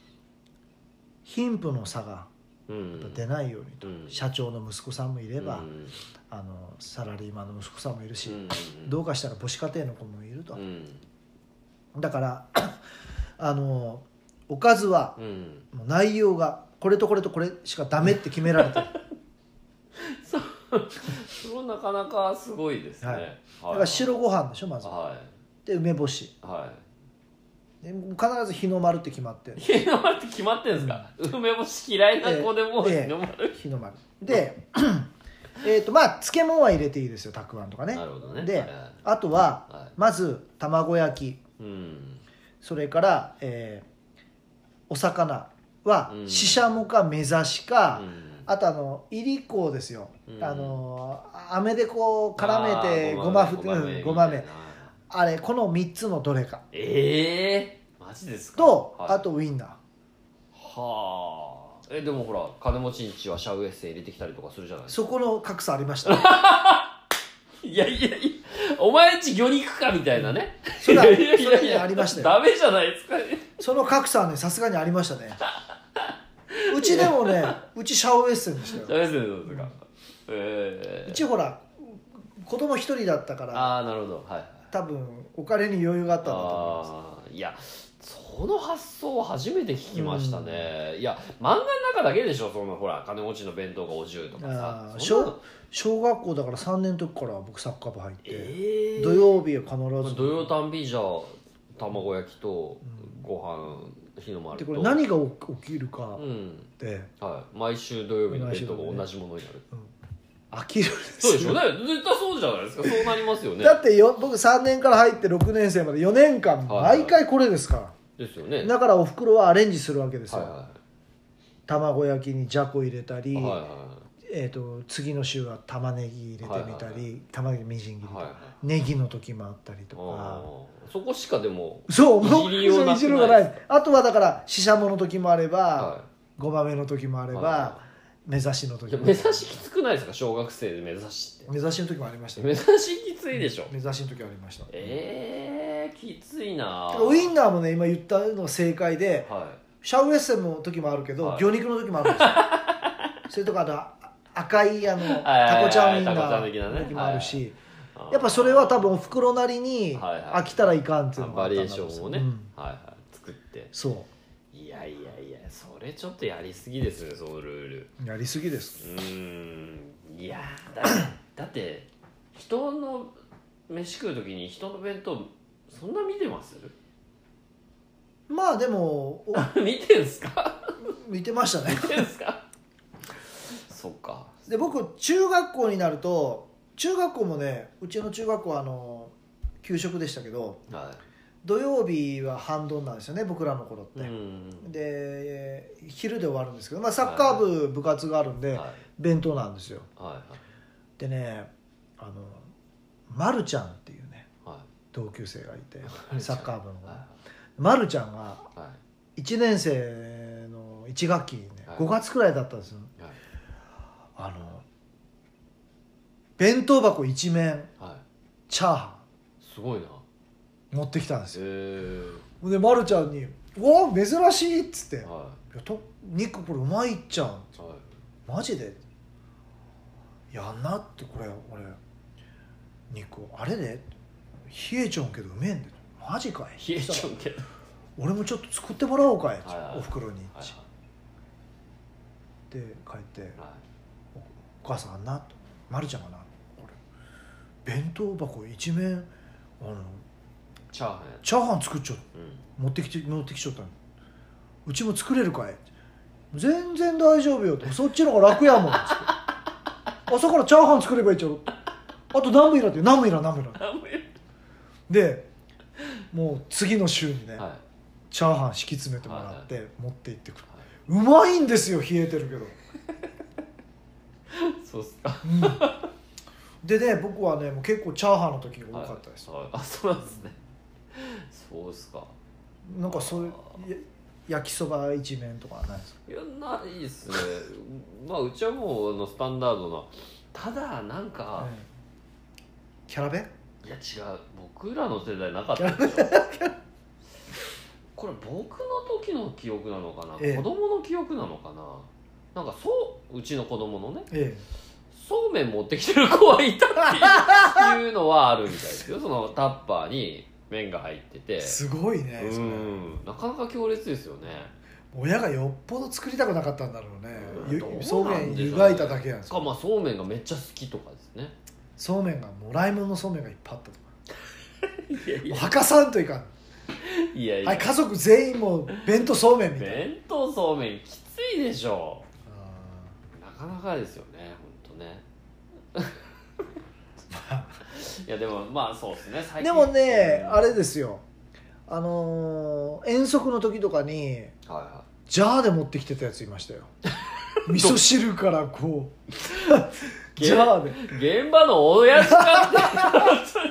Speaker 1: 貧富の差が
Speaker 2: うん
Speaker 1: 出ないようにと、
Speaker 2: うん
Speaker 1: 社長の息子さんもいれば、
Speaker 2: うん
Speaker 1: あのサラリーマンの息子さんもいるし、
Speaker 2: うん
Speaker 1: どうかしたら母子家庭の子もいると
Speaker 2: う、ん
Speaker 1: だから あのおかずは
Speaker 2: うん
Speaker 1: もう内容がこれとこれとこれしかダメって決められ てる
Speaker 2: そうそれなかなかすごいですね、
Speaker 1: はいだか
Speaker 2: は
Speaker 1: ら
Speaker 2: い
Speaker 1: 白ご飯でしょまず
Speaker 2: は
Speaker 1: で梅干し
Speaker 2: いは
Speaker 1: で必ず日の丸って決まってる
Speaker 2: い日の丸って決まってんですか、梅干し嫌いな子でも
Speaker 1: ええ
Speaker 2: 日の丸、
Speaker 1: 日の丸で えーとまあ漬物は入れていいですよたくあんとかね
Speaker 2: なるほどね
Speaker 1: で
Speaker 2: はいは
Speaker 1: あとはい
Speaker 2: は
Speaker 1: まず卵焼き
Speaker 2: いうん
Speaker 1: それから、えーお魚は
Speaker 2: うん
Speaker 1: ししゃもかめざしか、
Speaker 2: うん
Speaker 1: あとあのいりこですよ、
Speaker 2: うん
Speaker 1: あの飴でこう絡めて
Speaker 2: あー
Speaker 1: ごまふうんごまめ
Speaker 2: みたいな
Speaker 1: あれこの3つのどれか
Speaker 2: ええマジですか
Speaker 1: と、
Speaker 2: はい
Speaker 1: あとウインナー
Speaker 2: はあえでもほら金持ちんちはシャウエッセン入れてきたりとかするじゃないですか
Speaker 1: そこの格差ありました
Speaker 2: いやいやいやお前んち魚肉かみたいなね
Speaker 1: それはい
Speaker 2: やいやい
Speaker 1: そ
Speaker 2: や
Speaker 1: れねありましたよ
Speaker 2: ダメじゃないですか
Speaker 1: その格差はねさすがにありましたねうちでもねうちシャウエッセンでした
Speaker 2: ダ
Speaker 1: よ
Speaker 2: メですねどうですかえ
Speaker 1: う
Speaker 2: え
Speaker 1: ちほら子供一人だったから
Speaker 2: ああなるほどはい
Speaker 1: 多分お金に余裕があったんだと思います
Speaker 2: ああいやその発想を初めて聞きましたね、いや漫画の中だけでしょそのほら金持ちの弁当がお重とか
Speaker 1: あ
Speaker 2: さ
Speaker 1: ー
Speaker 2: そんなの
Speaker 1: 小学校だから3年の時から僕サッカー部入って、
Speaker 2: ええ
Speaker 1: 土曜日は必
Speaker 2: まあ
Speaker 1: ず
Speaker 2: 土曜たんびじゃあ卵焼きとご飯日の丸
Speaker 1: で
Speaker 2: と
Speaker 1: これ何が起き起きるか
Speaker 2: う
Speaker 1: っ
Speaker 2: ん
Speaker 1: て、
Speaker 2: はい、毎週土曜日の弁当が同じものになる、
Speaker 1: 飽きるんです
Speaker 2: そ
Speaker 1: よ
Speaker 2: うでしょうね絶対そうじゃないですかそうなりますよね
Speaker 1: だってよ僕3年から入って6年生まで4年間
Speaker 2: はい
Speaker 1: 毎回これですから、
Speaker 2: ですよね
Speaker 1: だからおふくろはアレンジするわけですよ、
Speaker 2: はいは
Speaker 1: 卵焼きにじゃこ入れたり、
Speaker 2: いはいはい
Speaker 1: えー、と次の週は玉ねぎ入れてみたり、
Speaker 2: はいはい
Speaker 1: 玉ねぎみじん切りとか、
Speaker 2: はいはい
Speaker 1: ネギの時もあったりと
Speaker 2: あ
Speaker 1: か
Speaker 2: ーそこしかでも
Speaker 1: そうもう
Speaker 2: いじりようなくない
Speaker 1: いじるのがないあとはだからししゃもの時もあれば、
Speaker 2: は
Speaker 1: ごまめの時もあれば、
Speaker 2: は
Speaker 1: 目指しの
Speaker 2: い
Speaker 1: 時
Speaker 2: で
Speaker 1: も
Speaker 2: 目指しきつくないですか小学生で目指しっ
Speaker 1: 目指しの時もありましてた
Speaker 2: 目
Speaker 1: よ
Speaker 2: 指しきついでしょ、
Speaker 1: 目指しの時はありました
Speaker 2: ええー、きついな
Speaker 1: ウイン
Speaker 2: ナ
Speaker 1: ナーもね今言ったのが正解で
Speaker 2: は
Speaker 1: シャウエッセンの時もあるけど、
Speaker 2: はい
Speaker 1: 魚肉の時もあるん ですよそれとかあのあ赤いあの
Speaker 2: はい
Speaker 1: タコちゃんウインナ
Speaker 2: タコちゃん的な
Speaker 1: ー
Speaker 2: ね
Speaker 1: の時もあるし、
Speaker 2: い
Speaker 1: やっぱそれは多分お袋なりに
Speaker 2: はいはい
Speaker 1: 飽きたらいかんっていうのがあ
Speaker 2: バ
Speaker 1: った
Speaker 2: リエ
Speaker 1: ん
Speaker 2: ー
Speaker 1: だ
Speaker 2: シ
Speaker 1: ろう
Speaker 2: ョンをね、
Speaker 1: うん
Speaker 2: はいはい作って
Speaker 1: そ
Speaker 2: いやいやいやそれちょっとやりすぎですねそのルール
Speaker 1: うやりすぎです
Speaker 2: うーんいやだだって人の飯食う時に人の弁当そんな見てます
Speaker 1: まあでもお
Speaker 2: 見てんすか
Speaker 1: 見てましたね
Speaker 2: 見てんすか そっか
Speaker 1: で僕中学校になると中学校もねうちの中学校はあの給食でしたけど
Speaker 2: は
Speaker 1: 土曜日は半ドンなんですよね僕らの頃っ
Speaker 2: い
Speaker 1: て、
Speaker 2: うん
Speaker 1: で昼で終わるんですけど、まあ、サッカー部部活があるん
Speaker 2: は
Speaker 1: で、
Speaker 2: いはい
Speaker 1: 弁当なんですよ
Speaker 2: は
Speaker 1: でねあの、ま、るちゃんっていうね
Speaker 2: いは
Speaker 1: 同級生がいて
Speaker 2: い
Speaker 1: サッカー部の
Speaker 2: い
Speaker 1: 子、
Speaker 2: は
Speaker 1: ま、るちゃんが
Speaker 2: いは
Speaker 1: 1年生の1学期にね
Speaker 2: はい
Speaker 1: 5月くらいだったんですよ
Speaker 2: いはい
Speaker 1: あの弁当箱一面
Speaker 2: は
Speaker 1: チャーハ
Speaker 2: いすごいなへ
Speaker 1: ン持ってきたんですよ
Speaker 2: え
Speaker 1: で、ま、るちゃんに「うわ珍しい」っつって「い
Speaker 2: は
Speaker 1: やと肉これうまいじゃん」
Speaker 2: いは
Speaker 1: マジでやんなってこれ俺肉をあれで冷えちゃうんけどうめえんでマジかい
Speaker 2: い冷えちゃうけど
Speaker 1: 俺もちょっと作ってもらおうかい、
Speaker 2: はいはい
Speaker 1: おふくろに
Speaker 2: はい
Speaker 1: で帰って
Speaker 2: はい
Speaker 1: 「お母さんあんな」と「まるちゃんがな俺弁当箱一面あの
Speaker 2: チャーハンや
Speaker 1: チャーハン作っちゃ
Speaker 2: うん
Speaker 1: 持ってきて持ってきちゃったのうちも作れるかい全然大丈夫よとそっちの方が楽やもんつ って朝からチャーハン作ればいいじゃんあと何もいらんって何もいらん何もいらん
Speaker 2: あもうや
Speaker 1: でもう次の週にね、
Speaker 2: はい
Speaker 1: チャーハン敷き詰めてもらって、持って行ってくる
Speaker 2: は
Speaker 1: うまいんですよ冷えてるけど、
Speaker 2: いそうっすか
Speaker 1: うん、でね僕はねもう結構チャーハンの時が多
Speaker 2: はい
Speaker 1: かったです、
Speaker 2: はいあそうなんですねそうっすか
Speaker 1: なんかそういうや焼きそば一面とかはないですか
Speaker 2: いやないっすねまあうちはもうあのスタンダードなただなんか、
Speaker 1: うんキャラ弁
Speaker 2: いや違う僕らの世代なかったでしょこれ僕の時の記憶なのかな、
Speaker 1: ええ
Speaker 2: 子供の記憶なのかななんかそううちの子供のね
Speaker 1: え
Speaker 2: そうめん持ってきてる子はいたっていういうのはあるみたいです よそのタッパーに麺が入ってて
Speaker 1: えすごいね
Speaker 2: う
Speaker 1: それ
Speaker 2: んなかなか強烈ですよね
Speaker 1: 親がよっぽど作りたくなかったんだろうね
Speaker 2: うん
Speaker 1: ゆ
Speaker 2: どうなんでしょ
Speaker 1: そうう
Speaker 2: ね
Speaker 1: めん湯がいただけやん
Speaker 2: しかもまあそうめんがめっちゃ好きとかですね
Speaker 1: そうめんがもらい物のそうめんがいっぱいあったとか
Speaker 2: いやい
Speaker 1: もう墓さんといかん
Speaker 2: いやいや、
Speaker 1: はい、家族全員もう弁当そうめんみたいな
Speaker 2: 弁当そうめんきついでしょ
Speaker 1: あ
Speaker 2: なかなかですよねほんとね
Speaker 1: ーま
Speaker 2: いやでもまあそうですね
Speaker 1: あ
Speaker 2: 最
Speaker 1: でもねあれですよあのー遠足の時とかに
Speaker 2: はいは
Speaker 1: ジャーで持ってきてたやついま したよ味噌汁からこう ジャーで
Speaker 2: い現場の親父かって本当に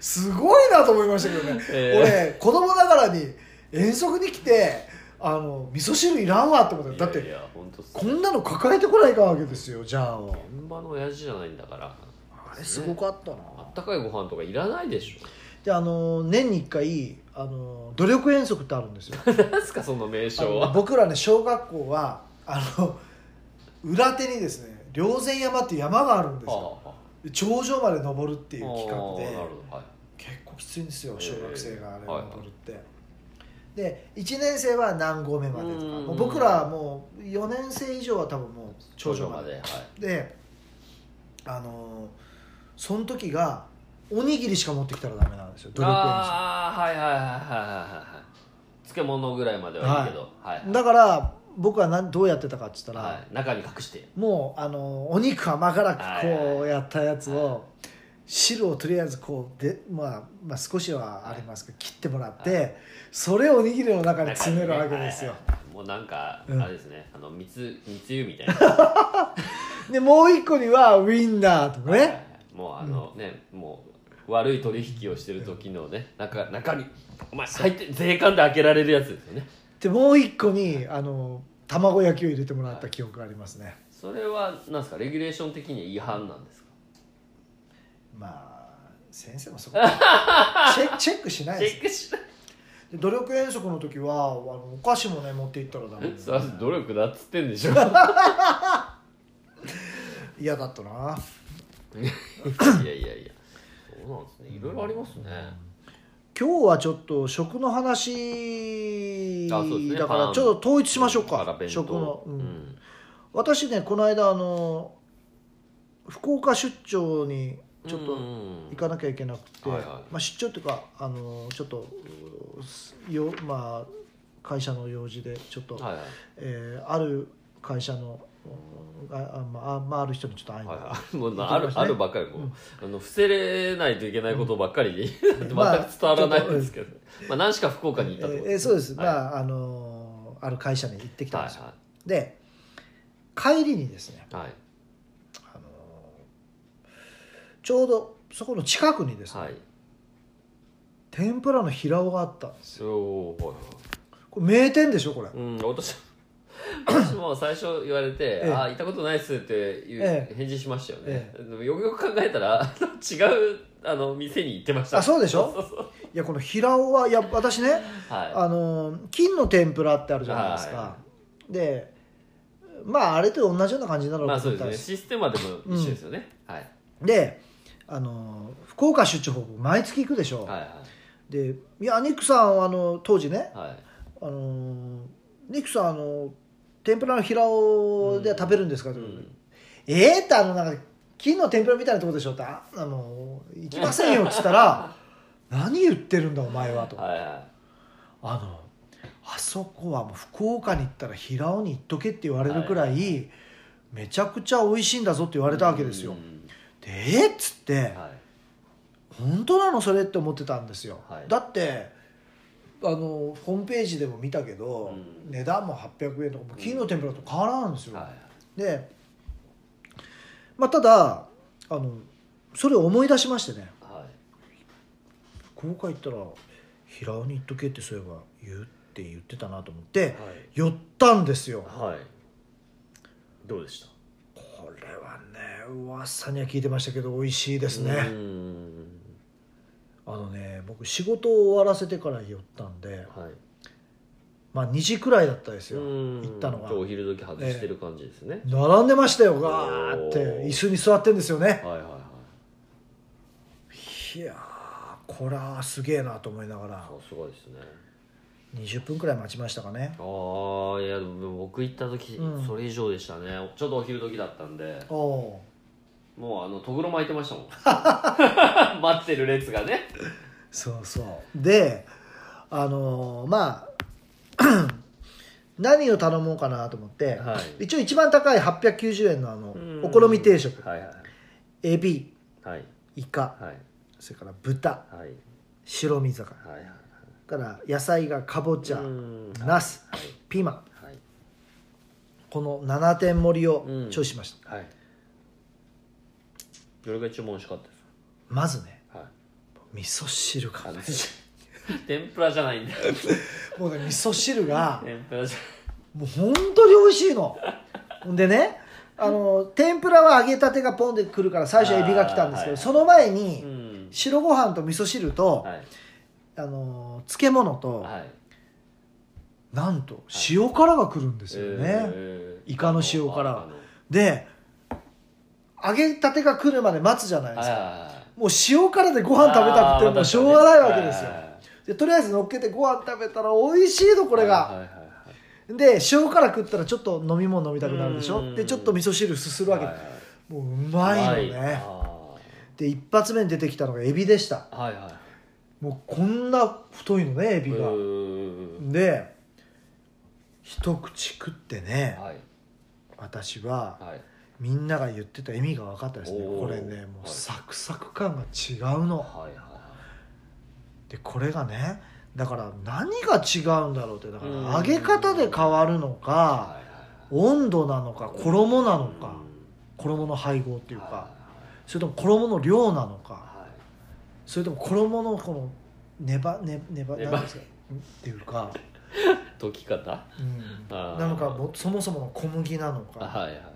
Speaker 1: すごいなと思いましたけどね、
Speaker 2: え
Speaker 1: 俺子供ながらに遠足に来てあの味噌汁いらんわって思っただっ
Speaker 2: いや
Speaker 1: て
Speaker 2: いや本当っす
Speaker 1: こんなの抱えてこないかんわけですよジャーを
Speaker 2: 現場の親父じゃないんだから
Speaker 1: あれすごかったな
Speaker 2: あったかいご飯とかいらないでしょ
Speaker 1: であの年に1回あの努力遠足って あるんですよ
Speaker 2: 何すかその名称
Speaker 1: あの
Speaker 2: は
Speaker 1: 僕らね小学校はあの裏手にですね霊山山っていう山があるんですよ
Speaker 2: はあはあ
Speaker 1: 頂上まで登るっていう企
Speaker 2: あ
Speaker 1: 画
Speaker 2: ーなる
Speaker 1: で
Speaker 2: ほどはい
Speaker 1: 結構きついんですよ
Speaker 2: へー
Speaker 1: 小学生があれ
Speaker 2: はいはい
Speaker 1: 登るって、で1年生は何合目までとか
Speaker 2: うん
Speaker 1: もう僕らはもう4年生以上は多分もう頂上まで
Speaker 2: はい
Speaker 1: であのーその時がおにぎりしか持ってきたらダメなんですよ努力遠足
Speaker 2: ああはいはいはいはいはいはい漬物ぐらいまではいいけどはい、はい
Speaker 1: だから僕はなんどうやってたかっつったら、
Speaker 2: 中に隠して
Speaker 1: もうあのお肉は甘辛く
Speaker 2: はい
Speaker 1: こ
Speaker 2: は
Speaker 1: う
Speaker 2: い
Speaker 1: やったやつ
Speaker 2: は
Speaker 1: を汁をとりあえずこうで、まあ、まあ少しはありますけど切ってもらっ
Speaker 2: は
Speaker 1: てそれをおにぎりの中に
Speaker 2: 中
Speaker 1: 詰
Speaker 2: にね
Speaker 1: めるわけですよ
Speaker 2: はいはいはいもうなんか、
Speaker 1: うん
Speaker 2: あれですねあの密密輸みたいな
Speaker 1: でもう一個にはウインナーとかね
Speaker 2: もうあのね、もう悪い取引をしてる時のね中中にお前入って税関で開けられるやつですよね
Speaker 1: でもう一個にあの卵焼きを入れてもらった記憶がありますね
Speaker 2: それはなんですかレギュレーション的に違反なんですか
Speaker 1: まあ先生もそこ チェックチェックしない
Speaker 2: チ
Speaker 1: で
Speaker 2: ェ
Speaker 1: す
Speaker 2: ックしない
Speaker 1: で努力遠足の時はあのお菓子もね持って行ったらダメ
Speaker 2: それは努力だっつってん でしょ
Speaker 1: 嫌だったない
Speaker 2: やいやいやそうなんですねいろいろありますね、
Speaker 1: 今日はちょっと食の話
Speaker 2: あそうですね
Speaker 1: だか
Speaker 2: パ
Speaker 1: ら
Speaker 2: ン
Speaker 1: ちょっと統一しましょう
Speaker 2: だら
Speaker 1: か
Speaker 2: 弁当
Speaker 1: 食の、う
Speaker 2: うんん、
Speaker 1: 私ねこの間あの福岡出張にちょっと
Speaker 2: うん
Speaker 1: 行かなきゃいけなくて、
Speaker 2: はいはい
Speaker 1: まあ、出張っていうかあのちょっとうよ、まあ、会社の用事でちょっと、
Speaker 2: はいはい
Speaker 1: えーある会社のああ,、まああまあ、ある人にちょっと 会いに、
Speaker 2: はい、もうなある
Speaker 1: 行ってきましたね
Speaker 2: あるばっかりもう、あの伏せれないといけないことばっかり で、全く伝
Speaker 1: まあ
Speaker 2: わらないんですけど、まあ、何しか福岡に行ったってこと
Speaker 1: えーそうです、
Speaker 2: はい
Speaker 1: まああのある会社に行ってきたん
Speaker 2: は
Speaker 1: ですよ、
Speaker 2: い
Speaker 1: で帰りにですね、
Speaker 2: はい
Speaker 1: あのちょうどそこの近くにですね、
Speaker 2: はいはい
Speaker 1: 天ぷらの平尾があったんです
Speaker 2: そうはいはい
Speaker 1: これ名店でしょこれ、
Speaker 2: うん、 私私も最初言われて「
Speaker 1: ええ
Speaker 2: あ行ったことないっす」って言う、
Speaker 1: ええ
Speaker 2: 返事しましたよね、
Speaker 1: え
Speaker 2: でもよくよく考えたら あの違うあの店に行ってました
Speaker 1: あそうでしょ
Speaker 2: そうそうそう
Speaker 1: いやこの平尾はいや私ね、
Speaker 2: は
Speaker 1: あの金の天ぷらってあるじゃないですか、
Speaker 2: は
Speaker 1: でまああれと同じような感じだ
Speaker 2: い
Speaker 1: ろう
Speaker 2: ま
Speaker 1: と
Speaker 2: あそう
Speaker 1: 思っ
Speaker 2: で
Speaker 1: たん
Speaker 2: すね
Speaker 1: です、
Speaker 2: システムはでも一緒ですよね、はい
Speaker 1: であの福岡出張僕毎月行くでしょ、
Speaker 2: はい
Speaker 1: でいやニックさんあの当時ね
Speaker 2: はいはい
Speaker 1: あのニックさんあの天ぷらの平尾では食べるんですか、
Speaker 2: う
Speaker 1: と
Speaker 2: ん
Speaker 1: えー、ってあのなんか金の天ぷらみたいなとこでしょってああの行きませんよっつった ら何言ってるんだお前はと、
Speaker 2: はいは
Speaker 1: あのあそこはもう福岡に行ったら平尾に行っとけって言われるくらい、めちゃくちゃ美味しいんだぞって言わ
Speaker 2: い
Speaker 1: れたわけですよ、
Speaker 2: うん
Speaker 1: でえーっつって
Speaker 2: はい
Speaker 1: 本当なのそれって思ってたんですよ、
Speaker 2: はい
Speaker 1: だってあのホームページでも見たけど、
Speaker 2: うん
Speaker 1: 値段も800円とかもう金の天ぷらと変わらんですよ、
Speaker 2: はい
Speaker 1: で、まあ、ただあのそれを思い出しましてね
Speaker 2: はい
Speaker 1: 福岡行ったら平尾に行っとけってそういえば言うって言ってたなと思って寄ったんですよ
Speaker 2: はい、はい、どうでした
Speaker 1: これはね噂には聞いてましたけど美味しいです
Speaker 2: う
Speaker 1: ね
Speaker 2: ん
Speaker 1: あのね僕仕事を終わらせてから寄ったんで
Speaker 2: はい
Speaker 1: まあ2時くらいだったですよ
Speaker 2: うん
Speaker 1: 行ったのが
Speaker 2: お昼時外してる感じですね、
Speaker 1: 並んでましたよガーっ
Speaker 2: お
Speaker 1: て
Speaker 2: ー
Speaker 1: 椅子に座ってんですよね
Speaker 2: はいはいはい
Speaker 1: いやーこれはすげえなと思いながら
Speaker 2: さすがですね
Speaker 1: 20分くらい待ちましたかね
Speaker 2: ああいやでも僕行った時、
Speaker 1: うん
Speaker 2: それ以上でしたねちょっとお昼時だったんで
Speaker 1: おお
Speaker 2: もうあのとぐろ巻いてましたも ん待ってる列がね
Speaker 1: ーそうそうであのーまあ 何を頼もうかなと思って、
Speaker 2: はい
Speaker 1: 一応一番高い890円のあの
Speaker 2: うん
Speaker 1: お好み定食
Speaker 2: はいはい
Speaker 1: エビ
Speaker 2: はい
Speaker 1: イカ
Speaker 2: はい
Speaker 1: それから豚
Speaker 2: はいはい
Speaker 1: 白身魚
Speaker 2: はいはい
Speaker 1: から野菜がかぼちゃ
Speaker 2: うん
Speaker 1: ナス
Speaker 2: はい
Speaker 1: ピーマン
Speaker 2: はい
Speaker 1: この7点盛りをチョイスしました、
Speaker 2: はいどれが一番美味しかったです
Speaker 1: まずね
Speaker 2: かはい
Speaker 1: 味噌汁か
Speaker 2: あ
Speaker 1: ら
Speaker 2: の 天ぷらじゃないんだよ
Speaker 1: もうね味噌汁が
Speaker 2: 天ぷらじ
Speaker 1: もう本当に美味しいのほんでねあの天ぷらは揚げたてがポンでくるから最初エビが来たんですけど、
Speaker 2: あーはい
Speaker 1: その前
Speaker 2: ゃ
Speaker 1: に
Speaker 2: うん
Speaker 1: 白ご飯と味噌汁と、
Speaker 2: はい
Speaker 1: あの漬物と、
Speaker 2: はい
Speaker 1: なんと塩辛が来るんですよね、
Speaker 2: えー
Speaker 1: イカの塩辛
Speaker 2: あの
Speaker 1: で揚げたてが来るまで待つじゃないです
Speaker 2: はい
Speaker 1: か、
Speaker 2: はいはい
Speaker 1: もう塩辛でご飯食べたくてもうしょうがないわけですよ
Speaker 2: あ
Speaker 1: でとりあえず乗っけてご飯食べたら美味しいのこれが、
Speaker 2: はいはいはい
Speaker 1: で塩辛食ったらちょっと飲み物飲みたくなるでし
Speaker 2: う
Speaker 1: ょ
Speaker 2: ん
Speaker 1: でちょっと味噌汁すするわけ、
Speaker 2: はいはい
Speaker 1: もううまいの
Speaker 2: うまい
Speaker 1: ね
Speaker 2: あ
Speaker 1: で一発目に出てきたのがエビでした
Speaker 2: ーはいはい
Speaker 1: もうこんな太いのねエビが
Speaker 2: うーん
Speaker 1: で一口食ってね
Speaker 2: はい
Speaker 1: 私は
Speaker 2: はい
Speaker 1: みんなが言ってた意味が分かったですね
Speaker 2: おー
Speaker 1: これねも
Speaker 2: は
Speaker 1: う
Speaker 2: い
Speaker 1: サクサク感が違うの
Speaker 2: はいは
Speaker 1: でこれがねだから何が違うんだろうってだから
Speaker 2: うん
Speaker 1: 揚げ方で変わるの
Speaker 2: い
Speaker 1: か
Speaker 2: はいはい
Speaker 1: 温度なのか衣なのか
Speaker 2: っ
Speaker 1: 衣の配合っていうか
Speaker 2: は
Speaker 1: それとも衣の量なの
Speaker 2: い
Speaker 1: か
Speaker 2: は
Speaker 1: それとも衣のこのねばねねば
Speaker 2: 粘
Speaker 1: なんですかんっていうか、
Speaker 2: い溶き方は
Speaker 1: うん、
Speaker 2: あー
Speaker 1: なのかもそもそもの小麦なのか、
Speaker 2: いはいは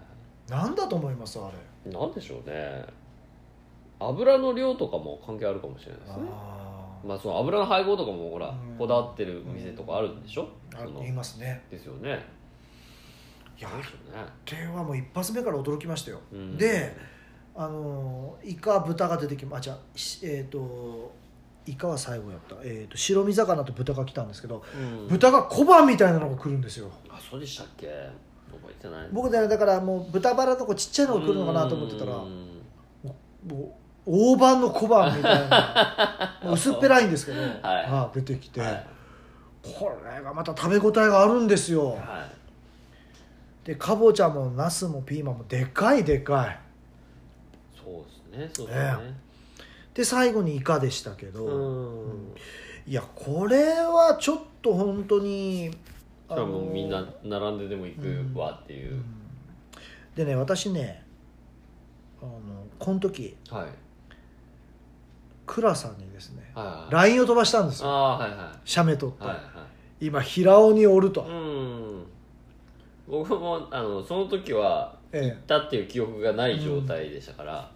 Speaker 1: なんだと思いますあれ
Speaker 2: いなんでしょうね油の量とかも関係あるかもしれないですね
Speaker 1: あ
Speaker 2: まあその油の配合とかもほら
Speaker 1: うん
Speaker 2: こだわってる店とかあるんでしょ
Speaker 1: ー
Speaker 2: そ
Speaker 1: あ
Speaker 2: の
Speaker 1: 言いますね
Speaker 2: ですよね
Speaker 1: いや
Speaker 2: なんでしょうね
Speaker 1: あれはもう一発目から驚きましたよ、
Speaker 2: うん
Speaker 1: であのーイカ豚が出てきまあじゃあしえっ、とイカは最後やった、えー、と白身魚と豚が来たんですけど、
Speaker 2: うん
Speaker 1: 豚が小判みたいなのが来るんですよ
Speaker 2: あそうでしたっけ覚えてない
Speaker 1: 僕ねだからもう豚バラとかちっちゃいのが来るのかなと思ってたら
Speaker 2: うん
Speaker 1: もう大判の小判みたいな もう薄っぺらいんですけど、あ出てきて、
Speaker 2: はい
Speaker 1: これがまた食べ応えがあるんですよ
Speaker 2: はい
Speaker 1: でかぼちゃもナスもピーマンもでかいでかい
Speaker 2: そうですねそうです
Speaker 1: ね
Speaker 2: ね
Speaker 1: で最後にイカでしたけど、
Speaker 2: うん
Speaker 1: いやこれはちょっと本当に
Speaker 2: しかもみんな並んででも行くわっていううん
Speaker 1: でね私ねあのこの時
Speaker 2: はい
Speaker 1: 倉さんにですね
Speaker 2: はいはい
Speaker 1: LINE を飛ばしたんです
Speaker 2: あ
Speaker 1: よ
Speaker 2: あはいは
Speaker 1: 写メ撮って、
Speaker 2: いはいは
Speaker 1: 今平尾におると、
Speaker 2: いうん僕もあのその時は
Speaker 1: ええ
Speaker 2: 行ったっていう記憶がない状態でしたから、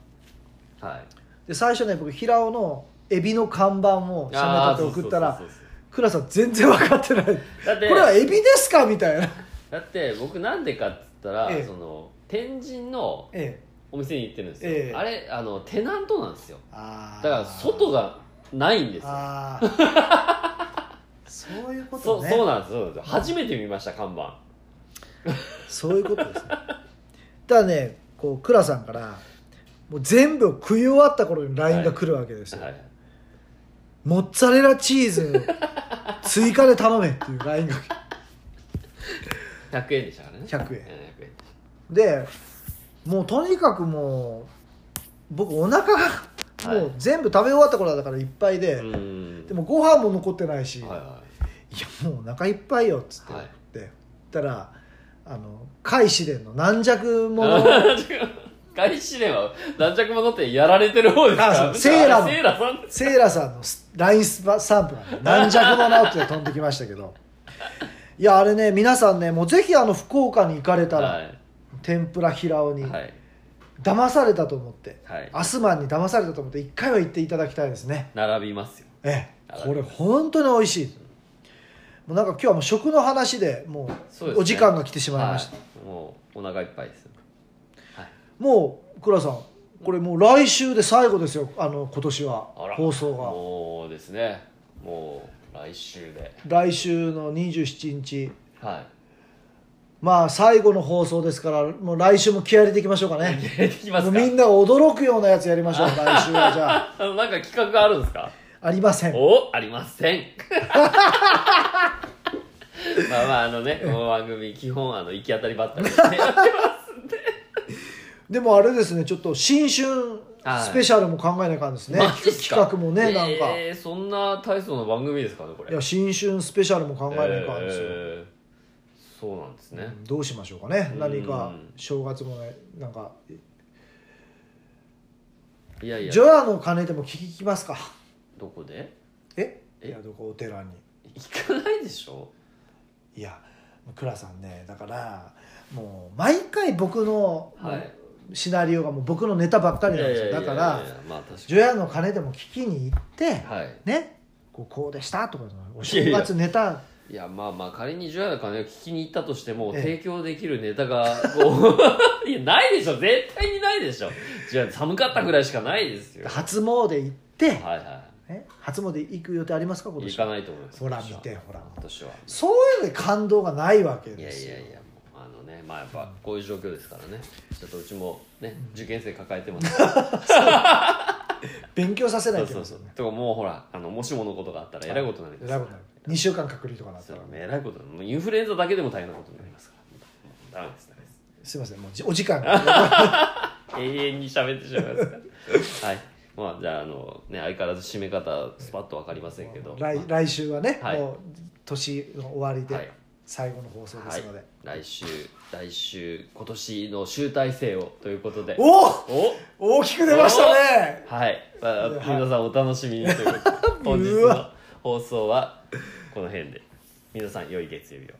Speaker 2: はい
Speaker 1: で最初ね僕平尾のエビの看板を写メ撮って送った
Speaker 2: あー
Speaker 1: ら
Speaker 2: そうそうそうそう
Speaker 1: 倉さん全然分かってないこ
Speaker 2: だって
Speaker 1: れはエビですかみたいな
Speaker 2: だって僕なんでかっつったら、
Speaker 1: ええ
Speaker 2: その天神の
Speaker 1: ええ
Speaker 2: お店に行ってるんですよ、
Speaker 1: ええ
Speaker 2: あれあのテナントなんですよ
Speaker 1: あ
Speaker 2: だ
Speaker 1: ー
Speaker 2: から外がないんですよ
Speaker 1: あーそういうこと
Speaker 2: そ
Speaker 1: ね
Speaker 2: そうなんですそうなんです初めて見ました看板
Speaker 1: そういうことですね。ただね、こう、倉さんから、もう全部を食い終わった頃に LINE が来るわけですよ。
Speaker 2: はい
Speaker 1: モッツァレラチーズ、追加で頼めっていう LINE が来て
Speaker 2: 100円でしたからね
Speaker 1: 100円
Speaker 2: 円100円
Speaker 1: で、もうとにかくもう、僕お腹が、
Speaker 2: はい
Speaker 1: もう全部食べ終わった頃だからいっぱいで、
Speaker 2: うーん
Speaker 1: でもご飯も残ってないし、、
Speaker 2: はいはい
Speaker 1: やもうお腹いっぱいよっつって
Speaker 2: い
Speaker 1: 言
Speaker 2: は
Speaker 1: っ
Speaker 2: い
Speaker 1: て、言ったら、あの、海試練の軟弱者を
Speaker 2: あ違う 外資連は軟弱者ってやられてる方ですか
Speaker 1: あそ
Speaker 2: ら
Speaker 1: うセーラの
Speaker 2: セーラさん
Speaker 1: セイラさんのスラインスパスタンプがね軟弱者って飛んできましたけどいやあれね皆さんねもうぜひあの福岡に行かれたら、
Speaker 2: はい
Speaker 1: 天ぷら平尾に
Speaker 2: はい
Speaker 1: 騙されたと思って、
Speaker 2: はい
Speaker 1: アスマンに騙されたと思って一回は行っていただきたいですね
Speaker 2: 並びますよ
Speaker 1: ええ
Speaker 2: はい
Speaker 1: これ本当に美味しいうなんか今日はもう食の話でも
Speaker 2: そう
Speaker 1: う
Speaker 2: ですね
Speaker 1: お時間が来てしまいました、
Speaker 2: はい、もうお腹いっぱいですはい
Speaker 1: もう倉さんこれもう来週で最後ですよあの今年は
Speaker 2: あら
Speaker 1: 放送が
Speaker 2: もうですねもう来週で
Speaker 1: 来週の27日
Speaker 2: は
Speaker 1: まあ最後の放送ですからもう来週も気合い入れていきましょうか
Speaker 2: い
Speaker 1: ね
Speaker 2: 入れてきま
Speaker 1: も
Speaker 2: す
Speaker 1: う
Speaker 2: か
Speaker 1: みんなが驚くようなやつやりましょう来週はじゃあ
Speaker 2: あのなんか企画があるんです か
Speaker 1: ありません
Speaker 2: おありま せんまあまああ のねこの番組基本あの行き当たりばったり でやってますんで
Speaker 1: でもあれですねちょっと新春
Speaker 2: はい
Speaker 1: スペシャルも考えないかんですね、
Speaker 2: マジっ
Speaker 1: 企
Speaker 2: すか
Speaker 1: 画企画もねなんか、
Speaker 2: えーそんな大層な番組ですかねこれ
Speaker 1: いや新春スペシャルも考えないかんですよ、
Speaker 2: えーそうなんですね、
Speaker 1: どうしましょうかね
Speaker 2: うん
Speaker 1: 何か正月もねなんか
Speaker 2: いやいや
Speaker 1: 除夜の鐘でも聞きますか
Speaker 2: どこで
Speaker 1: え
Speaker 2: え
Speaker 1: いやどこお寺に
Speaker 2: 行かないでしょ
Speaker 1: いや倉さんねだからもう毎回僕の、
Speaker 2: はい
Speaker 1: シナリオがもう僕のネタばっかりなんですよだから
Speaker 2: いやいやまあ確か
Speaker 1: 除夜の鐘でも聞きに行って
Speaker 2: にはい
Speaker 1: ねこうこうでしたとかお
Speaker 2: いや
Speaker 1: 正
Speaker 2: いや
Speaker 1: 月ネタ
Speaker 2: いやまあまあ仮に除夜の鐘を聞きに行ったとしても
Speaker 1: ええ
Speaker 2: 提供できるネタがもういやないでしょ絶対にないでしょじゃあ寒かったぐらいしかないです よは
Speaker 1: 初詣行って、
Speaker 2: いは
Speaker 1: ね、初詣行く予定ありますか今
Speaker 2: い行
Speaker 1: 年
Speaker 2: かないと思います
Speaker 1: ほら
Speaker 2: 今年
Speaker 1: 見
Speaker 2: は
Speaker 1: てほら
Speaker 2: 今年は
Speaker 1: そういうので感動がないわけ
Speaker 2: いや
Speaker 1: です
Speaker 2: い
Speaker 1: よ
Speaker 2: やいやもうあのねまあやっぱこういう状況ですからねちょっとうちもね受験生 抱えてますから
Speaker 1: 勉強させな
Speaker 2: そう
Speaker 1: いと
Speaker 2: そうそうとかもうほらあのもしものことがあったらえらいことになります
Speaker 1: 選ぶな2週間隔離とかなった
Speaker 2: そう
Speaker 1: ら
Speaker 2: えらいこともうインフルエンザだけでも大変なことになりますからダメですダメです
Speaker 1: すいませんもうじお時間が
Speaker 2: 永遠に喋ってしまいますから はいまあじゃああのね相変わらず締め方スパッとわかりませんけど
Speaker 1: 来来週はね、
Speaker 2: はい
Speaker 1: もう年の終わり
Speaker 2: はい
Speaker 1: で最後の放送ですので、
Speaker 2: はい、来週来週今年の集大成をということで
Speaker 1: お
Speaker 2: お
Speaker 1: お大きく出ましたね
Speaker 2: はい、まあ、
Speaker 1: いやはい
Speaker 2: 皆さんお楽しみにということで本日
Speaker 1: う
Speaker 2: の
Speaker 1: わ
Speaker 2: 放送はこの辺で皆さん良い月曜日を